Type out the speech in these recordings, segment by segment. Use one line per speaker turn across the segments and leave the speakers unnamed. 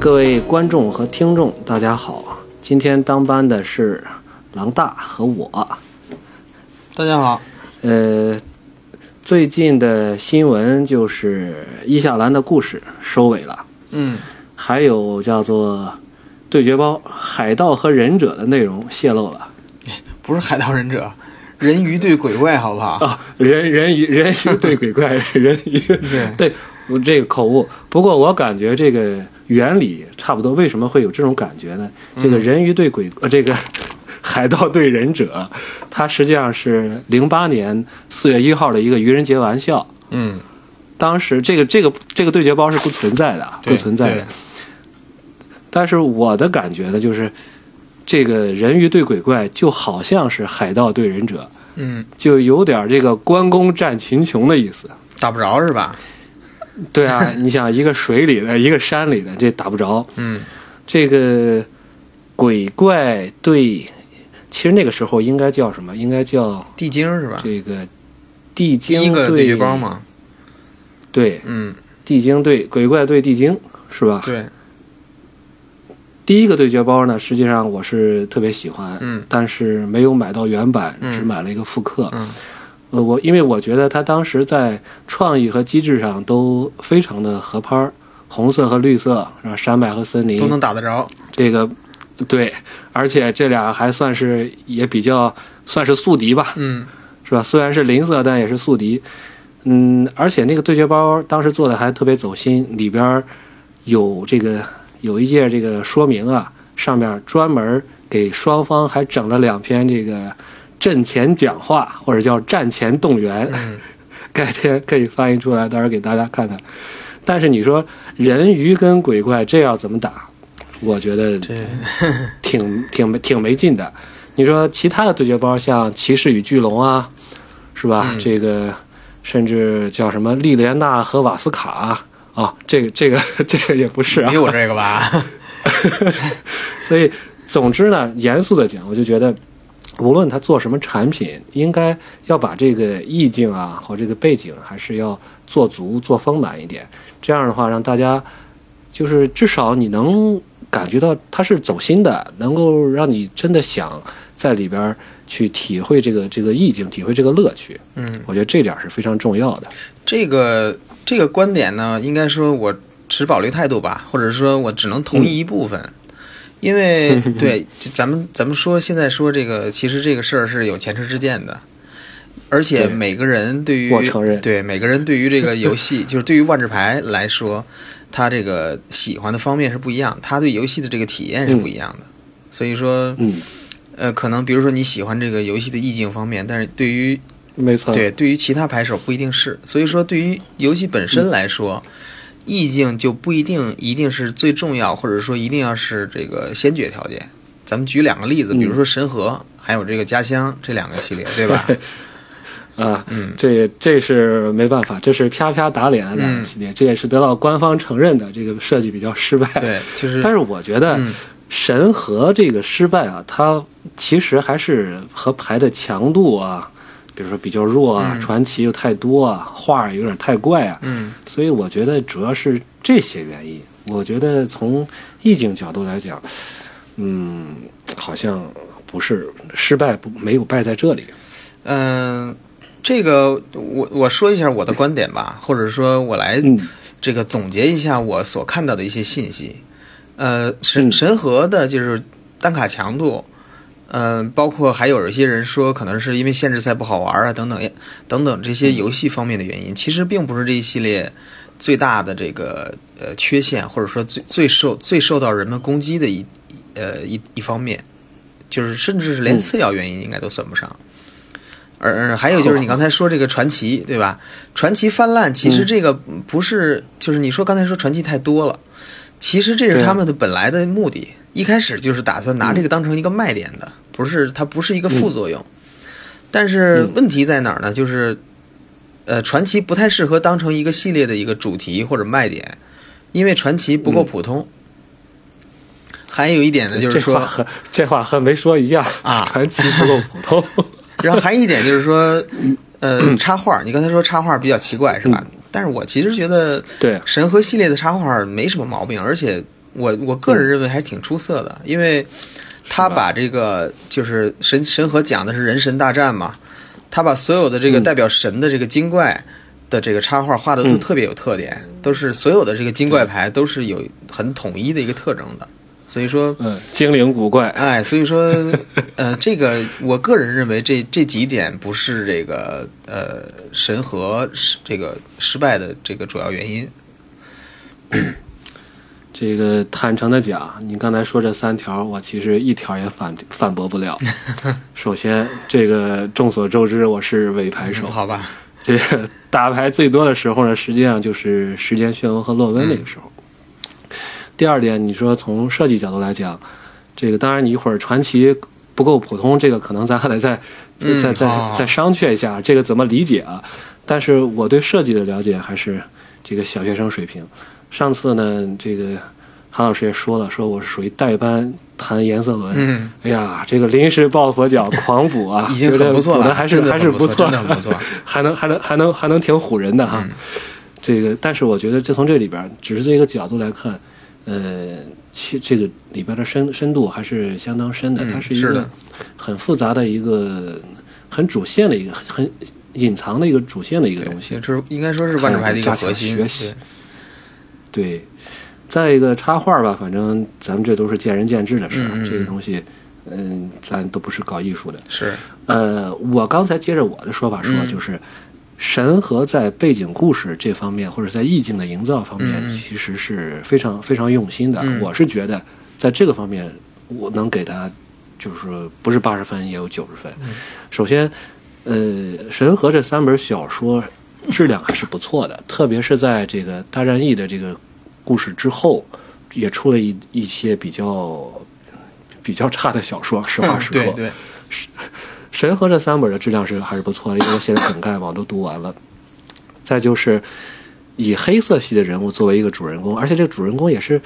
各位观众和听众，大家好，今天当班的是狼大和我。
大家好，
呃，最近的新闻就是伊夏兰的故事收尾了，
嗯，
还有叫做《对决包海盗和忍者》的内容泄露了
不是海盗忍者，人鱼对鬼怪，好不好？
啊，人人鱼人 鱼对鬼怪，人鱼
对
对，我这个口误。不过我感觉这个原理差不多。为什么会有这种感觉呢？这
嗯
个人鱼对鬼，呃，这个 海盗对忍者，它实际上是零八年四月一号的一个愚人节玩笑。
嗯，
当时这个这个这个对决包是不存在的，啊，不
对
存在
对
的。但是我的感觉呢，就是这个人鱼对鬼怪就好像是海盗对忍者，
嗯，
就有点这个关公战秦琼的意思。
打不着是吧？
对 啊，你想一个水里的，一个山里的，这打不着。
嗯，
这个鬼怪对，其实那个时候应该叫什么？应该叫
地精是吧？
这个地
第
精
一个
对
对决包？嘛，
对，
嗯，
地精对鬼怪对地精是吧？
对，
第一个对决包呢，实际上我是特别喜欢，
嗯
但是没有买到原版，
嗯
只买了一个复刻。
嗯
呃，我因为我觉得它当时在创意和机制上都非常的合拍儿，红色和绿色，然后山脉和森林
都能打得着，
这个对，而且这俩还算是也比较算是宿敌吧，
嗯
是吧？虽然是邻色，但也是宿敌。嗯，而且那个对决包当时做的还特别走心，里边儿有这个有一页这个说明啊，上面专门给双方还整了两篇这个阵前讲话或者叫战前动员。
嗯，
改天可以翻译出来，到时候给大家看看。但是你说人鱼跟鬼怪这要怎么打？我觉得
这
挺挺没挺没劲的。你说其他的对决包，像骑士与巨龙啊，是吧？
嗯
这个甚至叫什么莉莲娜和瓦斯卡啊，啊这个这个 这个也不是啊
没。有这个吧？
所以总之呢，严肃的讲，我就觉得，无论他做什么产品，应该要把这个意境啊和这个背景还是要做足、做丰满一点。这样的话，让大家就是至少你能感觉到他是走心的，能够让你真的想在里边儿去体会这个这个意境，体会这个乐趣。
嗯，
我觉得这点儿是非常重要的。
这个这个观点呢，应该说我持保留态度吧，或者说我只能同意一部分，
嗯
因为对就咱们咱们说现在说这个，其实这个事儿是有前车之鉴的，而且
对
每个人对于
我承认
对每个人对于这个游 戏，就是对于万智牌来说，他这个喜欢的方面是不一样，他对游戏的这个体验是不一样的，所以说
嗯，
呃，可能比如说你喜欢这个游戏的意境方面，但是对于
没错。
对，对于其他牌手不一定是，所以说对于游戏本身来说，意境就不一定一定是最重要，或者说一定要是这个先决条件。咱们举两个例子，比如说神河，还有这个家乡这两个系列，对吧？
啊，
嗯
这这是没办法，这是啪啪打脸的两
嗯
个系列，这也是得到官方承认的，这个设计比较失败。
对，就是
但是我觉得
嗯
神和这个失败啊，它其实还是和牌的强度啊，比如说比较弱啊，传奇又太多啊，画儿有点太怪啊，
嗯
所以我觉得主要是这些原因。我觉得从意境角度来讲，嗯，好像不是失败不没有败在这里。
嗯、这个我我说一下我的观点吧，或者说我来
嗯
这个总结一下我所看到的一些信息。呃，
嗯
神神河的就是单卡强度，嗯、包括还有一些人说可能是因为限制赛不好玩啊，等等等等这
嗯
些游戏方面的原因，其实并不是这一系列最大的这个呃缺陷，或者说最最受最受到人们攻击的一呃一一方面，就是甚至是连
嗯
次要原因应该都算不上。而而还有就是你刚才说这个传奇，对吧？传奇泛滥，其
嗯
实这个不是，就是你说刚才说传奇太多了，其实这是
对嗯
他们的本来的目的，一开始就是打算拿这个当成一个卖点的，不是它不是一个副作用。但
嗯
是问题在哪儿呢？就是，呃，传奇不太适合当成一个系列的一个主题或者卖点，因为传奇不够普通。还有一点呢，就
嗯
是
这
说
话，和这话和没说一样
啊
传奇不够普通。
然后还有一点就是 说，呃，插画，你刚才说插画
嗯
比较奇怪是吧？但是我其实觉得
对，
神和系列的插画没什么毛病，而且我我个人认为还挺出色的，因为他
嗯是吧
把这个就是神神和讲的是人神大战嘛，他把所有的这个
嗯
代表神的这个精怪的这个插画画的都
嗯
特别有特点，都是所有的这个精怪牌都是有很统一的一个特征的，所以说。
嗯，精灵古怪，
哎，所 以说，呃，这个我个人认为这这几点不是这个呃神和失这个失败的这个主要原因。
这个坦诚的讲，你刚才说这三条，我其实一条也反反驳不 了。首先，这个众所周知，我是尾牌手，
好吧，
这个打牌最多的时候呢，实际上就是时间漩涡和论文那
嗯
个时候。第二点，你说从设计角度来讲，这个当然你一会儿传奇不够普通，这个可能咱还得再再
嗯
再
好
再再商榷一下，这个怎么理解啊？但是我对设计的了解还是这个小学生水平。上次呢，这个韩老师也说了，说我是属于代班谈颜色轮。
嗯，
哎呀，这个临时抱佛脚狂补啊
，已经很不错
觉得补
了，
得还是
真的
还
很
是
不
错
真的很不错。 嗯
还能还能还能还能挺唬人的哈。这个，但是我觉得这从这里边儿，只是这个角度来看，呃，其这个里边的深深度还是相当深的，
嗯
它是一
是
个
的
很复杂的一个很主线的一个很隐藏的一个主线的一个东西
对，。这应该说是万智牌的一个核心。
加强学习对，再一个插画吧，反正咱们这都是见仁见智的事儿，
嗯嗯嗯
这个东西，嗯，咱都不是搞艺术的。
对是，
呃，我刚才接着我的说法说，
嗯
就是神和在背景故事这方面，或者在意境的营造方面
嗯，嗯
其实是非常非常用心的。
嗯
我是觉得在这个方面，我能给他就是说不是八十分也有九十分。
嗯
首先，呃，神和这三本小说质量还是不错 的，特别是在这个大战役的这个故事之后，也出了一一些比较。比较差的小说，实话实说，
嗯对对，
神和这三本的质量是还是不错的，因为我写的梗概嘛，我都读完了。再就是以黑色系的人物作为一个主人公，而且这个主人公也是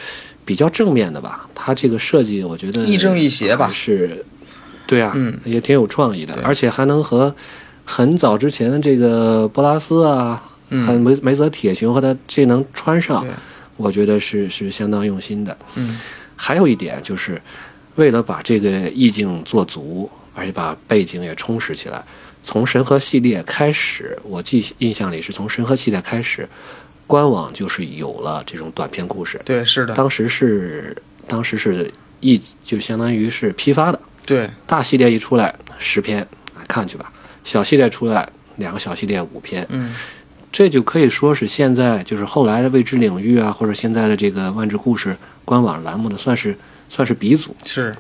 比较正面的吧？他这个设计，我觉得
亦正亦邪吧
还是对啊，
嗯
也挺有创意的
对，
而且还能和很早之前的这个波拉斯啊，
嗯
还有梅梅泽铁雄和他这能穿上
对，
我觉得是是相当用心的。
嗯
还有一点就是，为了把这个意境做足，而且把背景也充实起来，从神和系列开始，我记印象里是从神和系列开始，官网就是有了这种短篇故事。
对是的，
当时是当时是一就相当于是批发的，
对
大系列一出来十篇，看去吧；小系列出来两个小系列五篇，
嗯
这就可以说是现在就是后来的未知领域啊，或者现在的这个万智故事官网栏目的算是算是鼻祖。
是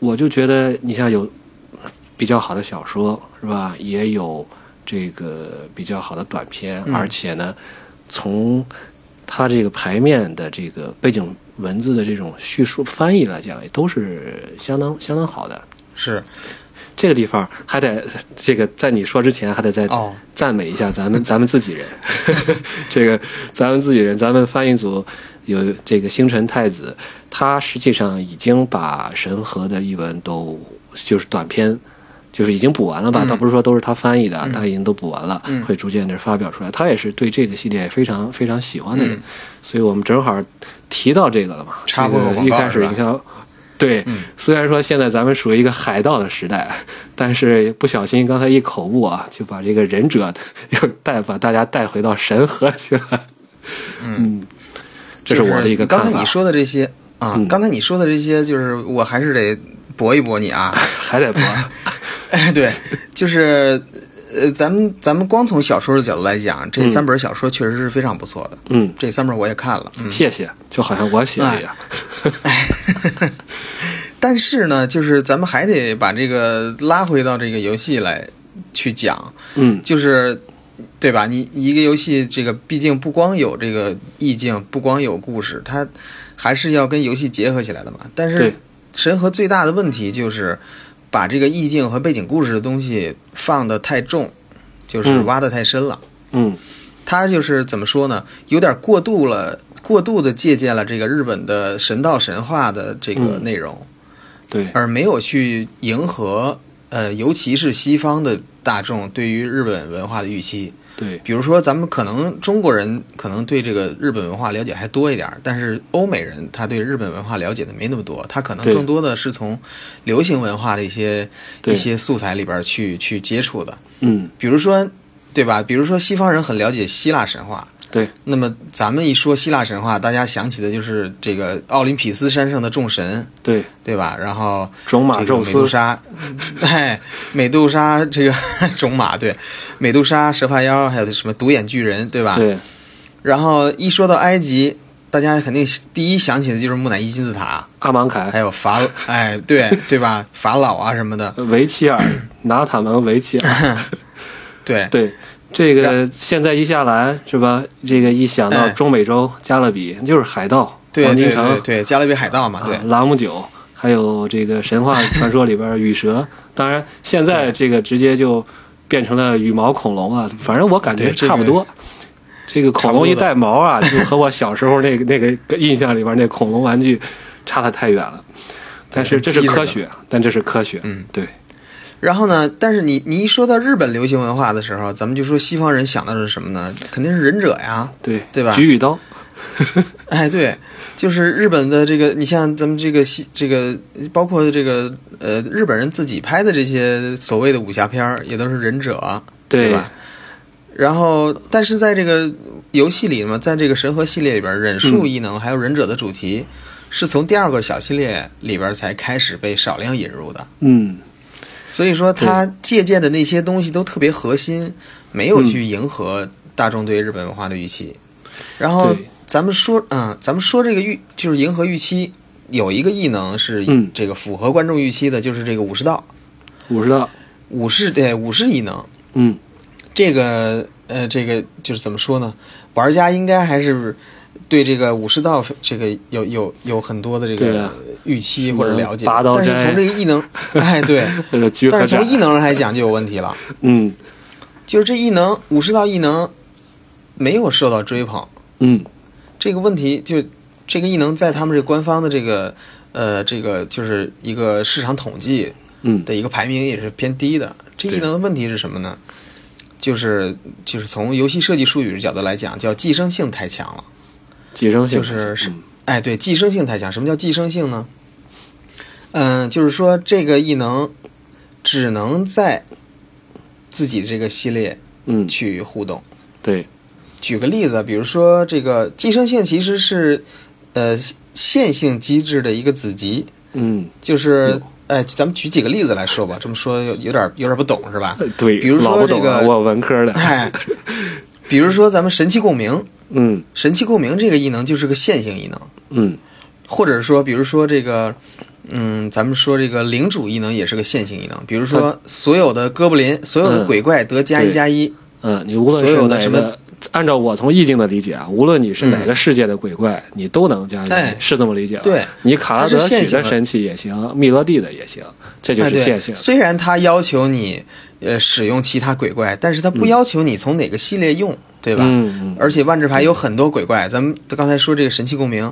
我就觉得你像有比较好的小说是吧，也有这个比较好的短片，
嗯
而且呢，从它这个牌面的这个背景文字的这种叙述翻译来讲，也都是相当相当好的。
是
这个地方还得这个在你说之前还得再
哦，
赞美一下咱们咱们自己人， 这个咱们自己人，咱们翻译组有这个星辰太子，他实际上已经把神和的译文都就是短篇，就是已经补完了吧？
嗯
倒不是说都是他翻译的，他已经都补完了，
嗯
会逐渐的发表出来。他也是对这个系列非常非常喜欢的人，
嗯
所以我们正好提到这个了嘛。
插播
这
个
个
广
一
告
开
是
始
吧
你看。对，
嗯
虽然说现在咱们属于一个海盗的时代， 但是不小心刚才一口误啊，就把这个忍者 又带把大家带回到神河去了。嗯，这是
就
我的一个看
刚
法。嗯
才你说的这些啊，刚才你说的这些，就是我还是得驳一驳你啊。
还得播，
哎，对，就是呃，咱们咱们光从小说的角度来讲，这三本小说确实是非常不错的。
嗯，
这三本我也看了，嗯，哎
谢谢，就好像我写的一样。
但是呢，就是咱们还得把这个拉回到这个游戏来去讲，
嗯，
就是对吧？你你一个游戏，这个毕竟不光有这个意境，不光有故事，它还是要跟游戏结合起来的嘛。但是
对
神和最大的问题就是把这个意境和背景故事的东西放得太重，就是
嗯
挖得太深了。
嗯
它就是怎么说呢？有点过度了，过度的借鉴了这个日本的神道神话的这个
嗯
内容。
对，
而没有去迎合呃，尤其是西方的大众对于日本文化的预期。
对
比如说，咱们可能中国人可能对这个日本文化了解还多一点儿，但是欧美人他对日本文化了解的没那么多，他可能
对
更多的是从流行文化的一些
对
一些素材里边儿去去接触的。
嗯，
比如说，对吧？比如说，西方人很了解希腊神话，
对
那么咱们一说希腊神话，大家想起的就是这个奥林匹斯山上的众神，
对，
对吧？然后
种马嗯
这个
宙
美杜
斯，
莎， 哎，美杜莎这个 种马对，美杜莎、蛇发妖，还有什么独眼巨人，对吧？
对
然后一说到埃及，大家肯定第一想起的就是木乃伊金字塔，
阿芒
还
凯、
有法， 哎，对对吧？法老啊什么的，
维齐尔、拿塔门维 齐尔，
对
对。这个现在一下来是吧？这个一想到
哎
中美洲、加勒比，就是海盗、
对
黄金
对
城
对对，加勒比海盗嘛，对
啊，拉姆酒，还有这个神话传说里边儿羽蛇。当然，现在这个直接就变成了羽毛恐龙啊，反正我感觉
对这个
差不多。这个恐龙一带毛啊，就和我小时候那个那个印象里边那恐龙玩具差得太远了。但是这是
很嗯机
科
智的
学，啊但这是科学。
嗯，
对，
然后呢，但是你你一说到日本流行文化的时候，咱们就说西方人想到的是什么呢？肯定是忍者呀，
对，
对吧
举与刀，
哎，对，就是日本的这个，你像咱们这个西这个，包括这个呃日本人自己拍的这些所谓的武侠片儿，也都是忍者，对吧？然后，但是在这个游戏里嘛，在这个神和系列里边，忍术异能还有忍者的主题，是从第二个小系列里边才开始被少量引入的。
嗯，
所以说，他借鉴的那些东西都特别核心，没有
嗯
去迎合大众对日本文化的预期。然后
对
咱们说，嗯，咱们说这个预就是迎合预期，有一个异能是
嗯
这个符合观众预期的，就是这个武士道，
武士道，
武士对武士异能，
嗯，
这个呃，这个就是怎么说呢？玩家应该还是对这个武士道这个有有有很多的这
对
个
啊
预期或者了解，
什么拔刀
但是
斋
从这个异能，哎，对，
这个居
但
合
是
战
从，异能上来讲就有问题了。
嗯
就是这异能武士道异能没有受到追捧，
嗯，
这个问题就这个异能在他们这官方的这个呃这个就是一个市场统计
嗯，
的一个排名也是偏低的。这
对
异能的问题是什么呢？就是就是从游戏设计术语的角度来讲，叫寄生性太强了。
寄生性
就是是
嗯
哎，对，寄生性太强。什么叫寄生性呢？嗯、就是说这个异能只能在自己这个系列
嗯，
去互动。
对，
举个例子，啊比如说这个寄生性其实是呃线性机制的一个子集，
嗯，
就是哎，咱们举几个例子来说吧，这么说有有点有点不懂是吧？
对，
比如说
老不懂了
这个
我文科 的，
哎，比如说咱们神器共鸣，
嗯
神器共鸣这个异能就是个线性异能，
嗯，
或者说比如说这个。嗯，咱们说这个领主异能也是个线性异能，比如说所有的哥布林、所有的
嗯
鬼怪得加一
对
加一，
嗯，你无论
所
是
有的
哪
什
个
么，嗯
按照我从意境的理解啊，无论你是哪个世界的鬼怪，你都能加进去，
哎
是这么理解吧？
对，
你卡拉德
它是
许
线性
的
的
神器也行，密罗蒂的也行，这就
哎
是
对，
线性。
虽然它要求你呃使用其他鬼怪，但是它不要求你从哪个系列用，对吧？
嗯嗯
而且万智牌有很多鬼怪，咱们刚才说这个神器共鸣，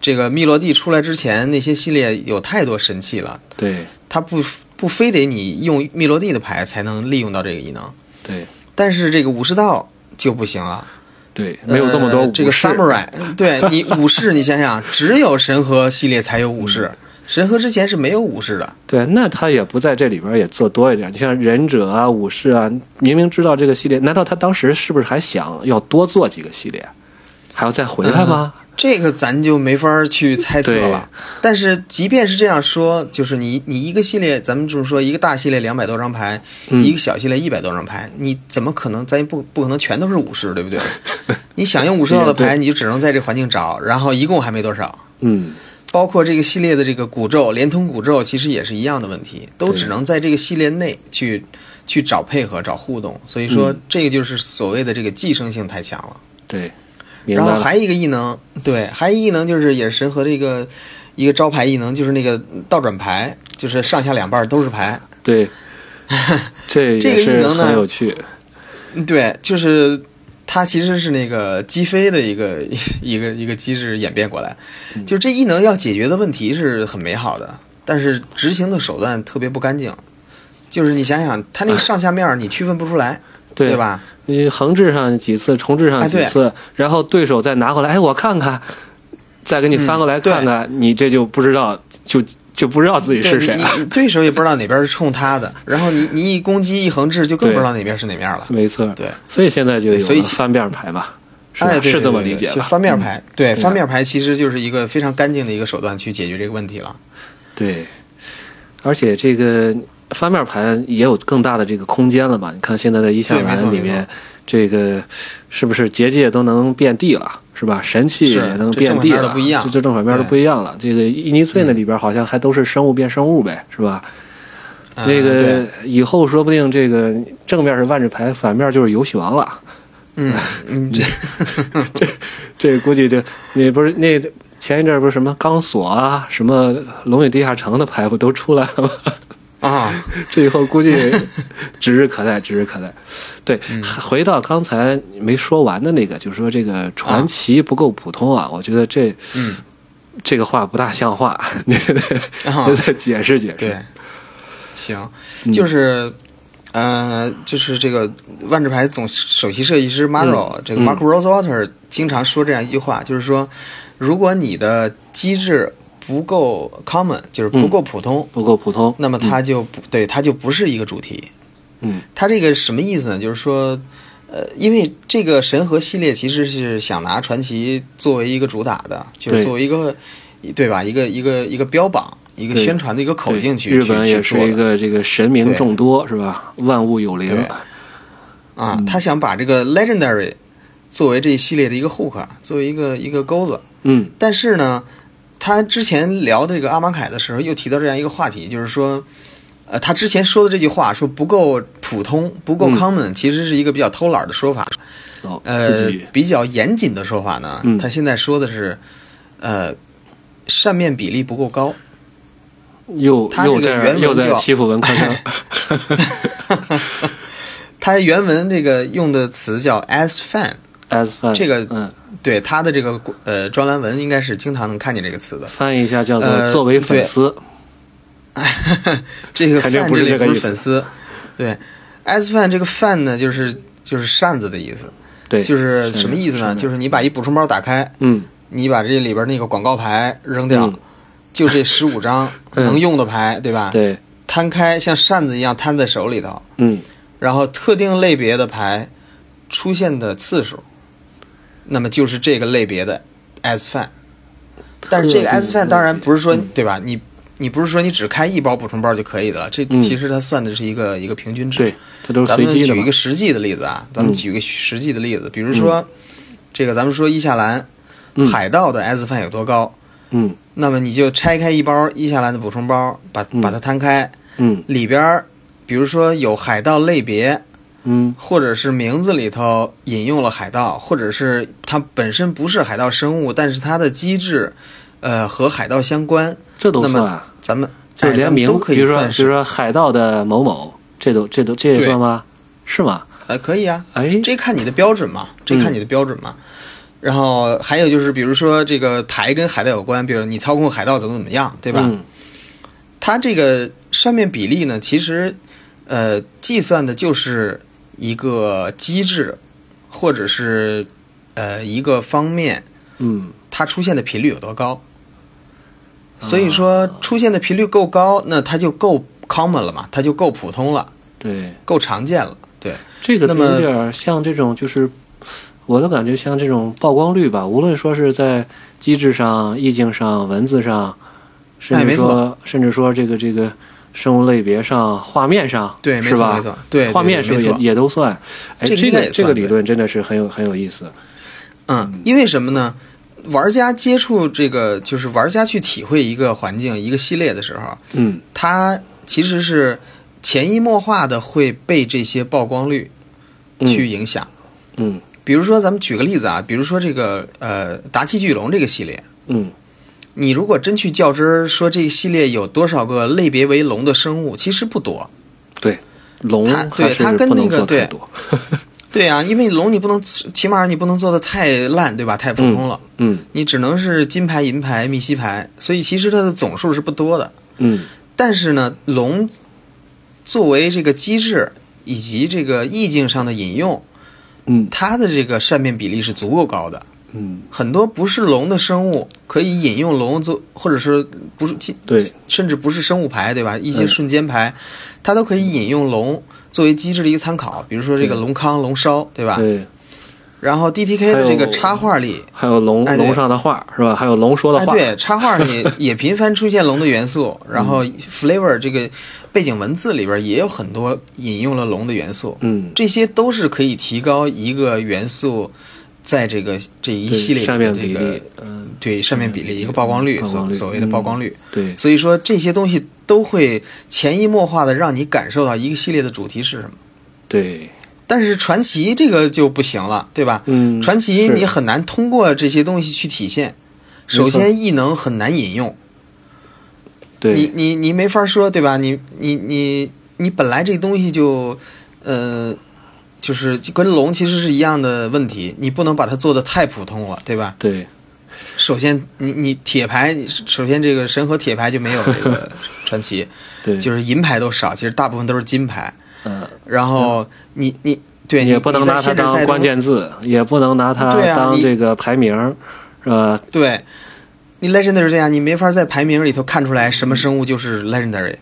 这个密罗蒂出来之前那些系列有太多神器了，
对
它不不非得你用密罗蒂的牌才能利用到这个异能，
对
但是这个武士道就不行了，
对，没有这么多
呃
武士、
这个 samurai，对 你武士，你想想，只有神和系列才有武士，
嗯
神和之前是没有武士的。
对，那他也不在这里边也做多一点。你像忍者啊、武士啊，明明知道这个系列，难道他当时是不是还想要多做几个系列，还要再回来吗？
这个咱就没法儿去猜测了。但是即便是这样说，就是你你一个系列，咱们这么说，一个大系列两百多张牌，
嗯
一个小系列一百多张牌，你怎么可能？咱也不不可能全都是武士，对不对？你想用武士道的牌，你就只能在这环境找，然后一共还没多少。
嗯，
包括这个系列的这个古咒，连通古咒其实也是一样的问题，都
对
只能在这个系列内去去找配合、找互动。所以说，
嗯
这个就是所谓的这个寄生性太强了。
对，明
然
白
后
了。
还有一个异能，对，还有一个异能就是也是神和这个一个招牌异能，就是那个倒转牌，就是上下两半儿都是牌。
对，这
这
也
个异
是
能呢
很有趣。
对，就是它其实是那个击飞的一个 一个一个机制演变过来。
嗯
就这异能要解决的问题是很美好的，但是执行的手段特别不干净。就是你想想，它那个上下面儿你区分不出来，
对
吧？
你横置上几次，重置上
哎
几
对
次，然后对手再拿回来，哎，我看看，再给你翻过来
嗯对
看看，你这就不知道，就就不知道自己是谁
对
了。
你你对手也不知道哪边是冲 他的，然后你你一攻击一横置，就更不知道哪边是哪边了。
没错，
对，
所以现在就有
对所以
了
其
翻面牌吧，是吧？
哎，对
是这么
对对
理解
就
吧？
翻面牌，
对
对，翻面牌其实就是一个非常干净的一个手段去解决这个问题了。
嗯对，而且这个翻面盘也有更大的这个空间了吧？你看现在的一下
对没错
栏里
没
面，这个是不是结界都能变地了，是吧？神器
是
也能变地
这正反面
了，
都不一样
这这正反面都
对
不一样了。这个伊尼翠那里边好像还都是生物变生物呗，是吧？
嗯
那个
对
以后说不定这个正面是万智牌，反面就是游戏王了。
嗯嗯，这
这估计就你不是那前一阵儿不是什么钢索啊，什么龙与地下城的牌不都出来了吗？
啊，
这以后估 计指日可待，指日可待。对，
嗯
回到刚才没说完的那个，就是说这个传奇不够普通啊，我觉得这
啊嗯
这个话不大像 话，你得
啊
你得解释解释。
对，行，
嗯
就是。呃，就是这个万智牌总首席设计师
嗯
Maro、这个 Mark Rosewater 经常说这样一句话，就是说，如果你的机制不够 common，就是不
嗯
够普通，
不够普通，
那么它就不、对，它就不是一个主题。
嗯
它这个什么意思呢？就是说，呃，因为这个神和系列其实是想拿传奇作为一个主打的，就是
对
作为一个对吧？一个一个一个标榜、一个
对
宣传的一个口径去
对日
去
本也
去
是
做
一
的
个这个神明众多是吧？万物有灵
对，
嗯
啊。他想把这个 legendary 作为这一系列的一个 hook，作为一个一个钩子。
嗯
但是呢，他之前聊这个阿玛凯的时候，又提到这样一个话题，就是说，呃，他之前说的这句话说不够普通，不够
嗯
common，、其实是一个比较偷懒的说法。
哦，
呃
自己，
比较严谨的说法呢，
嗯
他现在说的是，呃，扇面比例不 够高。
又
他
又
这个
在
原文
又在
叫
欺负文科 生，
他原文这个用的词叫 as fan，
as fan
这个
嗯
对他的这个呃专栏文应该是经常能看见这个词的。
翻译一下叫做
呃
作为粉丝，
这个
肯定
fan
不是
这里
这个
不
意
是
思
粉丝，对，as fan 这个 fan 呢就是就是扇子的意思，
对，
就是什么意思呢？就是是你把一补充包打开，
嗯
你把这里边那个广告牌扔掉，
嗯
就这十五张
嗯
能用的牌，对吧？
对，
摊开像扇子一样摊在手里头。
嗯
然后特定类别的牌出现的次数，那么就是这个类别的 S fan。但是这个
特定
S fan 当然不是说、
类别嗯
对吧？你你不是说你只开一包补充包就可以的了，这
嗯
其实它算的是一个、一个平均值。
对，这都是
咱
随
们
机的
举一
嘛嗯
个，实际的例子啊，咱们举一个实际的例子，比如说、这个，咱们说伊夏兰、
嗯
海盗的 S fan 有多高，
嗯
那么你就拆开一包伊夏兰的补充包，把把它摊开，
嗯
里边儿比如说有海盗类别，
嗯
或者是名字里头引用了海盗，或者是它本身不是海盗生物，但是它的机制，呃，和海盗相关，
这都
那么
算啊，
咱们
就是
哎咱
连
们
名
都，可
比
以
如说
算
比如
是，
说海盗的某某，这都这都这也
对
算吗？是吗？
呃，可以啊，
哎，
这看你的标准嘛，这看你的标准嘛。然后还有就是，比如说这个牌跟海盗有关，比如你操控海盗怎么怎么样，对吧？
嗯
它这个扇面比例呢，其实呃计算的就是一个机制，或者是呃一个方面。
嗯，
它出现的频率有多高。所以说，出现的频率够高，那它就够 common 了嘛，它就够普通了，
对，
够常见了。对，
这个
那
就
么
有点儿像这种，就是我的感觉像这种曝光率吧，无论说是在机制上、意境上、文字上，甚
哎
至
没错
说、甚至说这个这个生物类别上、画面上，
对，没
是
错，
吧？
没错，对，对
画面是
对
不
没
是也
错。
也都算？哎，
这个
这
应该
个
也
这个
算
理论真的是很有很有意思。
嗯，因为什么呢？玩家接触这个，就是玩家去体会一个环境、一个系列的时候，
嗯，
他其实是潜移默化的会被这些曝光率
嗯
去影响。
嗯
比如说，咱们举个例子啊，比如说这个呃《达奇巨龙》这个系列，
嗯
你如果真去较真儿，说这个系列有多少个类别为龙的生物，其实不多。
对，龙
它
还
对
是
它跟
不能
那个
做太
对
多。
对啊，因为龙你不能，起码你不能做的太烂，对吧？太普通了，
嗯
你只能是金牌、银牌、密西牌，所以其实它的总数是不多的。
嗯
但是呢，龙作为这个机制以及这个意境上的引用，
嗯
它的这个善变比例是足够高的。
嗯，
很多不是龙的生物可以引用龙做，或者是不是其
对，
甚至不是生物牌，对吧？一些
嗯
瞬间牌，它都可以引用龙作为机制的一个参考，比如说这个
对
龙康、龙烧，对吧？
对，
然后 DTK
还
的
有
这个插画里，
还有龙
哎对
龙上的画是吧？还有龙说的
哎，
话，
对，插 画里也频繁出现龙的元素，然后
嗯
flavor 这个背景文字里边也有很多引用了龙的元素，
嗯，
这些都是可以提高一个元素在这个这一
对
系列
上
的
面
这
比
个
例，嗯，
对扇面比例一个曝光率，
曝光率嗯
所所谓的曝光率。
对，
所以说这些东西都会潜移默化的让你感受到一个系列的主题是什么。
对，
但是传奇这个就不行了，对吧？
嗯，
传奇
是
你很难通过这些东西去体现。首先，异能很难引用，你
对，
你你没法说，对吧？你你你你本来这东西就，呃，就是就跟龙其实是一样的问题，你不能把它做的太普通了，对吧？
对，
首先，你你铁牌，你首先这个神和铁牌就没有这 个传奇，
对，
就是是银牌都少，其实大部分都是金牌。
嗯，
然后你你对你
也不能
你在
拿它
限制赛
当
中
关键字，也不能拿它
对啊
当
你
这个排名儿，呃，
对。你 legendary 这样，你没法在排名里头看出来什么生物就是 legendary。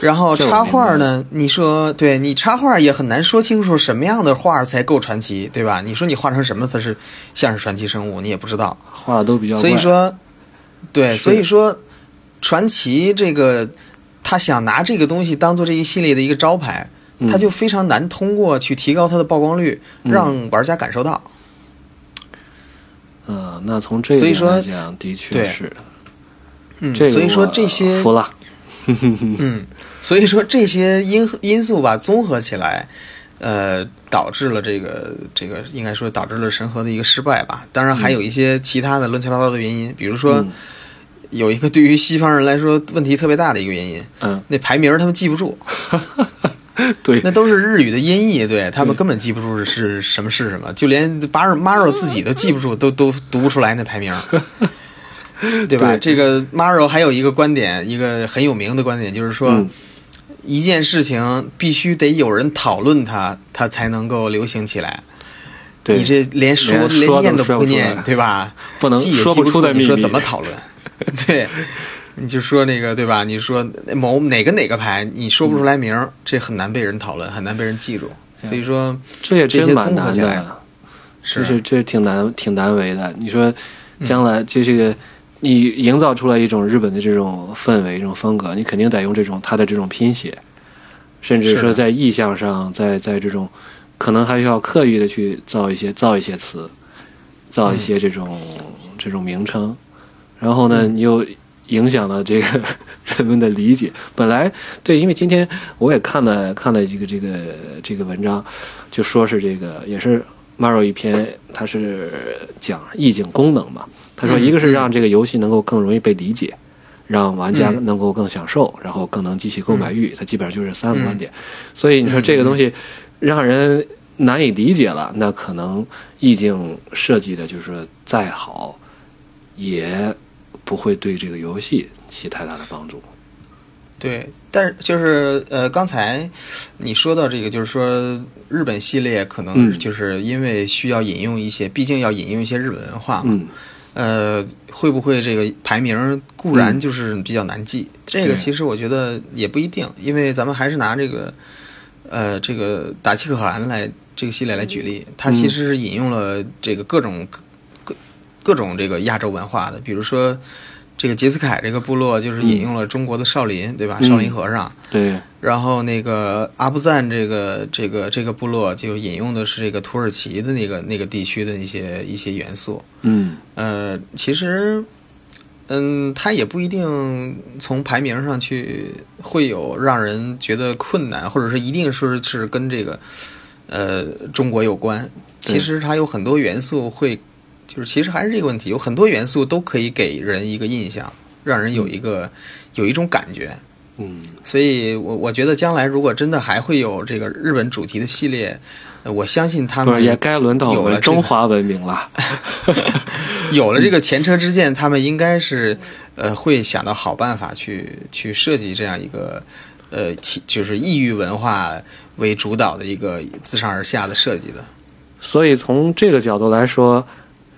然后
这我
插画
明白
呢，你说对你插画也很难说清楚什么样的画才够传奇，对吧？你说你画成什么才是像是传奇生物，你也不知道。
画的都比较怪，
所 以说，对，
是
所以说传奇这个他想拿这个东西当做这一系列的一个招牌，
嗯
他就非常难通过去提高它的曝光率，
嗯
让玩家感受到。
嗯，那从这一
所以
点
说
来讲，的确
对
是，
嗯，
这个
所以说
我
这些
服了，
嗯，所以说这些因因素吧，综合起来，呃，导致了这个这个应该说导致了神和的一个失败吧。当然还有一些其他的乱七八糟的原因，比如说
嗯
有一个对于西方人来说问题特别大的一个原因，
嗯，
那排名儿他们记不住，
对
那都是日语的音译，对他们根本记不住是什么是什么，就连巴尔马 o 自己都记不住，都都读不出来那 排名儿。对吧？
对
这个 Maro 还有一个观点，一个很有名的观点，就是说，
嗯
一件事情必须得有人讨论它，它才能够流行起来。
对，
你这连说
连说都
念都
说
不
不
会
出
念
来，
对吧？
不能
记也记
说
不
不出的秘
你
密，
说怎么讨论？ 对，你就说那个对吧？你说某哪个哪个牌，你说不出来名儿，这很难被人讨论，很难被人记住。所以说，
这也
这
真
些
蛮
综合
难
起来
的。这
是
是这是挺难挺难为的。你说将来这这个你营造出来一种日本的这种氛围、这种风格，你肯定得用这种它的这种拼写，甚至
是的
说在意象上，在在这种可能还需要刻意的去造一些造一些词，造
嗯
一些这种、这种名称。然后呢，
嗯
你又影响了这个人们的理解。 本来对，因为今天我也看了看了这个这个这个文章，就说是这个也是 Maro 一篇，它是讲意境功能嘛。他说，
嗯
一个是
嗯
让这个游戏能够更容易被理解，让玩家
嗯
能够更享受，然后更能激起购买欲。它基本上就是三个观点。所以你说
嗯
这个东西让人难以理解了，那可能意境设计的就是说再好，也不会对这个游戏起太大的帮助。
对，但是就是呃，刚才你说到这个，就是说日本系列可能
嗯
就是因为需要引用一些，毕竟要引用一些日本文化嘛。
嗯，
呃，会不会这个排名固然就是比较难记，这个
嗯对
其实我觉得也不一定，因为咱们还是拿这个呃这个打契可汗来这个系列来举例，
嗯
它其实是引用了这个各种各各各种这个亚洲文化的，比如说这个杰斯凯这个部落就是引用了中国的少林，对吧？
嗯
少林和尚。
对，
然后那个阿布赞这个这个这个部落就引用的是这个土耳其的那个那个地区的一些一些元素，
嗯，
呃，其实，嗯，它也不一定从排名上去会有让人觉得困难，或者是一定说是跟这个呃中国有关。
对
其实它有很多元素会，就是其实还是这个问题，有很多元素都可以给人一个印象，让人有一个有一种感觉。
嗯，
所以我我觉得将来如果真的还会有这个日本主题的系列，呃我相信他
不
们
是也该轮到我
有了
们
这个
中华文明了。
有了这个前车之鉴，他们应该是呃会想到好办法去去设计这样一个呃其就是异域文化为主导的一个自上而下的设计的。
所以从这个角度来说，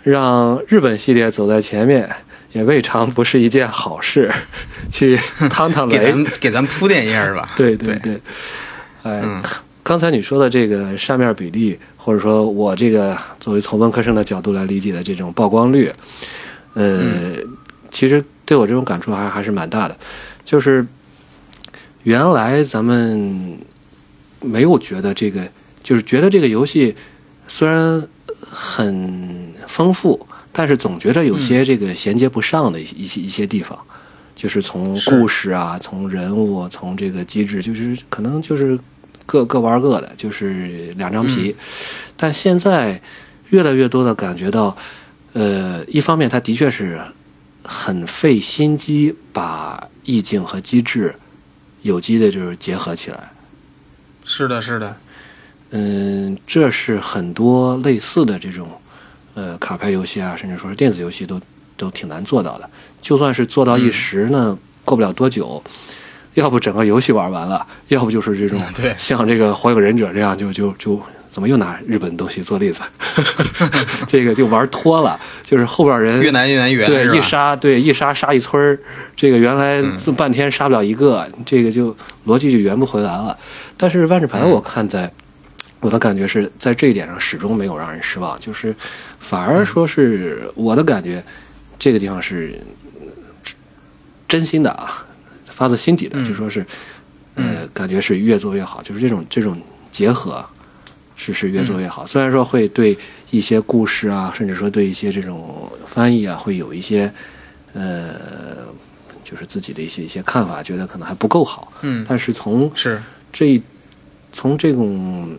让日本系列走在前面，也未尝不是一件好事。去趟趟
给
雷
咱，们给咱们铺垫一下是吧？
对
对
对，哎，
嗯
刚才你说的这个扇面比例，或者说我这个作为从文科生的角度来理解的这种曝光率，呃，其实对我这种感触啊还还是蛮大的。就是呃原来咱们没有觉得这个，就是觉得这个游戏虽然很丰富，但是总觉着有些这个衔接不上的一些一些一些地方。就是从
是
故事啊，从人物，从这个机制，就是可能就是各各玩各的，就是两张皮。但现在越来越多的感觉到，呃，一方面它的确是很费心机把意境和机制有机的，就是结合起来。
是的，是的，
嗯，这是很多类似的这种呃卡牌游戏啊，甚至说是电子游戏都都挺难做到的。就算是做到一时
嗯
呢，过不了多久，要不整个游戏玩完了，要不就是这种
对
像这个《火影忍者》这样就就就。怎么又拿日本东西做例子？ 这个就玩脱了，就是后边人
越难越难越
对，
是
一
吧？嗯
杀对一杀杀一村儿，这个原来这半天杀不了一个，这个就逻辑就圆不回来了。但是万智
嗯
牌，我看在、我的感觉是在这一点上始终没有让人失望，就是反而
嗯
说是我的感觉，这个地方是呃真心的啊，发自心底的，
嗯
就说是呃，感觉是越做越好，就是这种这种结合。啊是是越
嗯
做越好。虽然说会对一些故事啊，甚至说对一些这种翻译啊，会有一些呃，就是自己的一些一些看法，觉得可能还不够好。
嗯，
但是从
是
这一从这种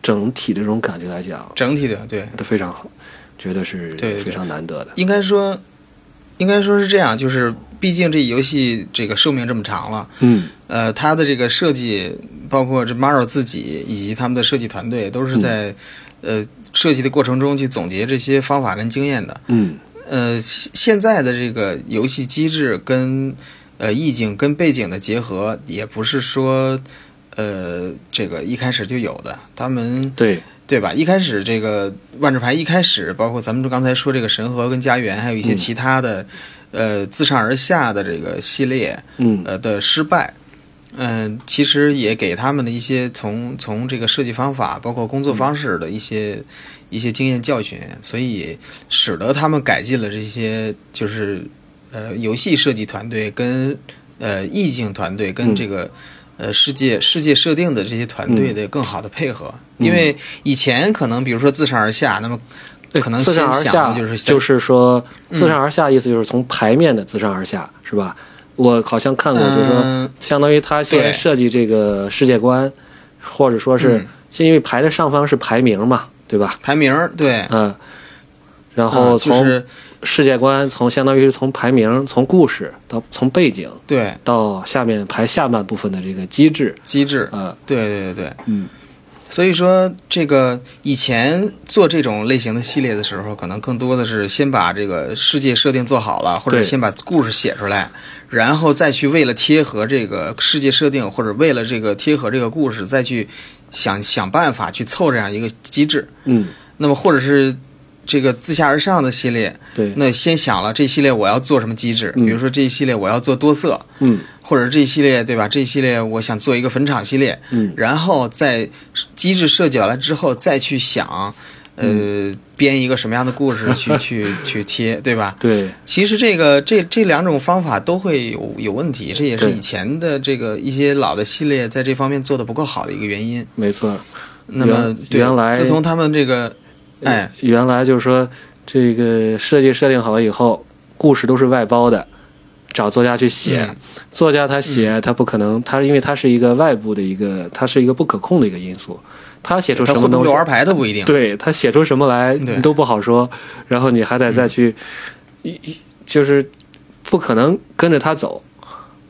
整体的这种感觉来讲，
整体的对，
都非常好，觉得是
对对
非常难得的。
应该说，应该说是这样，就是毕竟这游戏这个寿命这么长了，
嗯，
呃，它的这个设计，包括这 Maro 自己以及他们的设计团队，都是在、呃设计的过程中去总结这些方法跟经验的。
嗯
呃，现现在的这个游戏机制跟呃意境跟背景的结合，也不是说呃这个一开始就有的，他们
对，
对吧？一开始这个万智牌一开始，包括咱们刚才说这个神和跟家园，还有一些
嗯
其他的，呃，自上而下的这个系列，
嗯
呃的失败，嗯、其实也给他们的一些从从这个设计方法，包括工作方式的一些、一些经验教训，所以使得他们改进了这些就是呃游戏设计团队跟呃意境团队跟
嗯
这个。呃，世界世界设定的这些团队的更好的配合，因为以前可能比如说自上而下，那么
嗯对
可能
自上而
先
下
想的就是先嗯
就是说自上而下，意思就是从牌面的自上而下，是吧？我好像看过，就是说。
嗯
相当于他
对
先设计这个世界观，或者说是
嗯
先因为牌的上方是排名嘛，对吧？
排名儿对，
嗯，然后
嗯就
从
是
世界观，从相当于是从排名、从故事到从背景
对
到下面排下半部分的这个机制，
机制，
呃，
对对对对，
嗯
所以说，这个以前做这种类型的系列的时候，可能更多的是先把这个世界设定做好了，或者
对
先把故事写出来，然后再去为了贴合这个世界设定，或者为了这个贴合这个故事，再去想想办法去凑这样一个机制。
嗯，
那么，或者是这个自下而上的系列，
对，
那先想了这一系列我要做什么机制，
嗯
比如说这一系列我要做多色，
嗯
或者这一系列对吧？这一系列我想做一个坟场系列，
嗯
然后在机制设计完了之后，再去想，呃，
嗯
编一个什么样的故 事去去去贴，对吧？
对，
其实这个这这两种方法都会有有问题，这也是
对
以前的这个一些老的系列在这方面做的不够好的一个原因。
没错。
那么
原
对
原来
自从他们这个，哎，
原来就是说这个设计设定好了以后，故事都是外包的，找作家去写。
嗯
作家他写，他不可能，他因为他是一个外部的一个，他是一个不可控的一个因素。他写出
他
什
会
么
不
东
会
西，
玩牌都不一定。
对他写出什么来
对嗯
你都不好说，然后你还得再去，一一就是不可能跟着他走，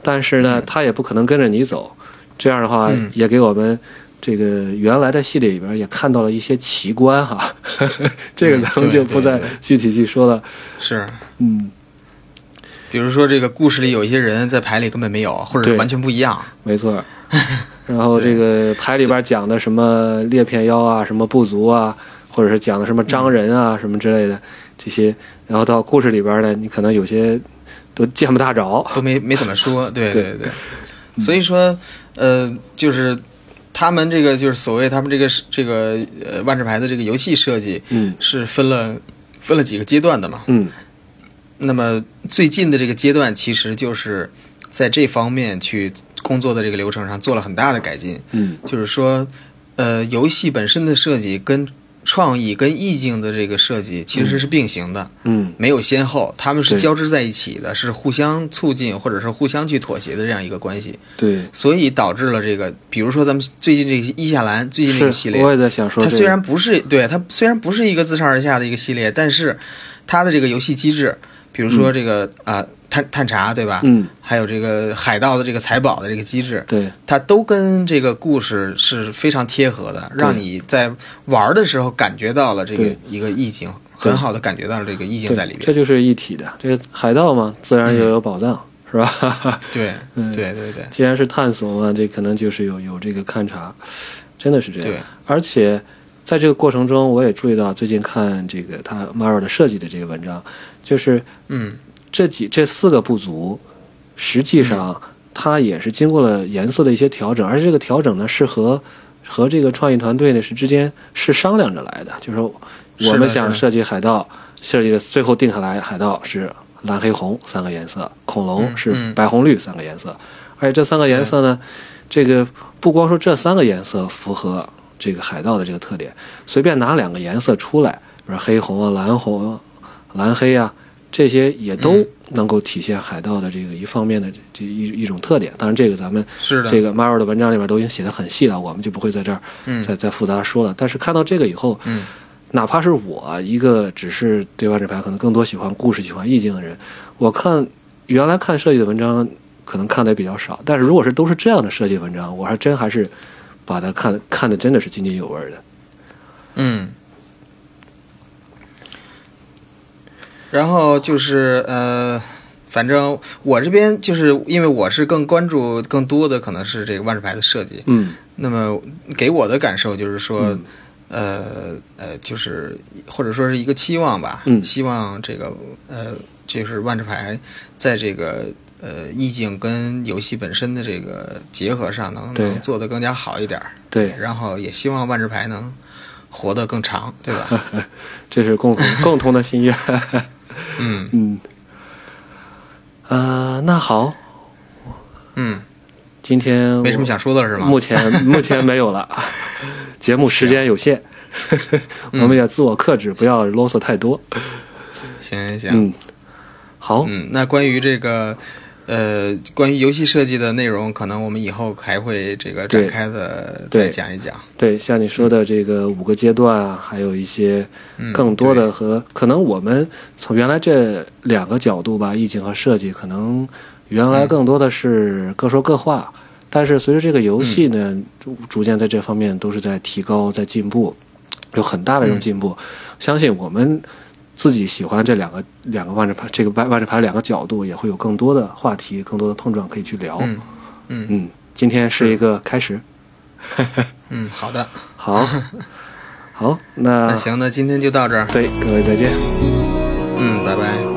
但是呢，他也不可能跟着你走。这样的话，
嗯
也给我们这个原来的系列里边也看到了一些奇观哈， 这个
嗯
咱们就
对对
不再
对
具体去说了。
是。
嗯，
比如说，这个故事里有一些人在牌里根本没有，或者
对
完全不一样。
没 错。然后这个牌里边讲的什么裂片妖啊，什么部族啊，或者是讲的什么章人
嗯
啊、什么之类的这些，然后到故事里边呢，你可能有些都见不大着。
都没没怎么说，对对对，所以说，呃，就是他们这个就是所谓他们这个是这个呃万智牌的这个游戏设计
嗯
是分了分了几个阶段的嘛。
嗯
那么最近的这个阶段，其实就是在这方面去工作的这个流程上做了很大的改进，
嗯
就是说，呃，游戏本身的设计跟创意跟意境的这个设计其实是并行的。
嗯
没有先后，他们是
对
交织在一起的，是互相促进或者是互相去妥协的这样一个关系，
对，
所以导致了这个，比如说咱们最近这个伊夏兰最近这个系
是，我也
列，
在想说
它
这个，
虽然不是对它虽然不是一个自上而下的一个系列，但是它的这个游戏机制，比如说这个啊、探探查对吧？
嗯
还有这个海盗的这个财宝的这个机制，
对
它都跟这个故事是非常贴合的，让你在玩的时候感觉到了这个
对
一个意境，很好的感觉到了这个意境
对
在里边
这。就是一体的。这个海盗嘛，自然就有宝
嗯
藏，是吧？
对，
嗯
对对对
既然是探索嘛，这可能就是有有这个勘察，真的是这
对
样。而且在这个过程中，我也注意到，最近看这个他 Mara 的设计的这个文章，就是
嗯，
这几这四个部族，实际
嗯
上它也是经过了颜色的一些调整，而且这个调整呢是和和这个创意团队呢是之间是商量着来的，就是说
是的
我们
是
想
的
设计海盗，设计的最后定下来海盗是蓝黑红三个颜色，恐龙
嗯
是
嗯
白红绿三个颜色，而且这三个颜色呢，这个不光说这三个颜色符合这个海盗的这个特点，随便拿两个颜色出来，比如黑红啊、蓝红啊、蓝黑啊，这些也
嗯
都能够体现海盗的这个一方面的这这一一种特点。当然，这个咱们
是的，
这个 Maro 的文章里边都已经写得很细了，我们就不会在这儿
嗯
再再复杂地说了。但是看到这个以后，
嗯
哪怕是我一个只是对万智牌可能更多喜欢故事、喜欢意境的人，我看原来看设计的文章可能看的也比较少，但是如果是都是这样的设计文章，我还真还是把它看 看的真的是津津有味的。
嗯。然后就是呃，反正我这边就是因为我是更关注更多的可能是这个万智牌的设计，
嗯
那么给我的感受就是说，
嗯
呃呃，就是或者说是一个期望吧，
嗯
希望这个呃，就是万智牌在这个呃意境跟游戏本身的这个结合上能
对
能做得更加好一点儿，
对，
然后也希望万智牌能活得更长，对吧？
这是共同共同的心 愿。
嗯
嗯，啊、那好，
嗯，
今天
没什么想说的是吗
目？前目前没有了，节目时间有限，
啊 嗯
我们也自我克制，不要啰嗦太多。
行行行，
嗯，好，
嗯，那关于这个。呃，关于游戏设计的内容，可能我们以后还会这个展
对
开的
对
再讲一讲。
对，像你说的这个五个阶段啊，还有一些
嗯
更多
对
的和、可能我们从原来这两个角度吧，意境和设计，可能原
嗯
来更多的是各说各话，但是随着这个游
嗯
戏呢，逐逐渐在这方面都是在提高，在进步，有很大
嗯
的一种进步。相信我们自己喜欢这两个两个万智牌，这个万万智牌两个角度，也会有更多的话题，更多的碰撞可以去聊。
嗯嗯
嗯今天是一个开始。
嗯，好的，
好，好，那啊
那行，那今天就到这儿。
对各位再见。
嗯，拜拜。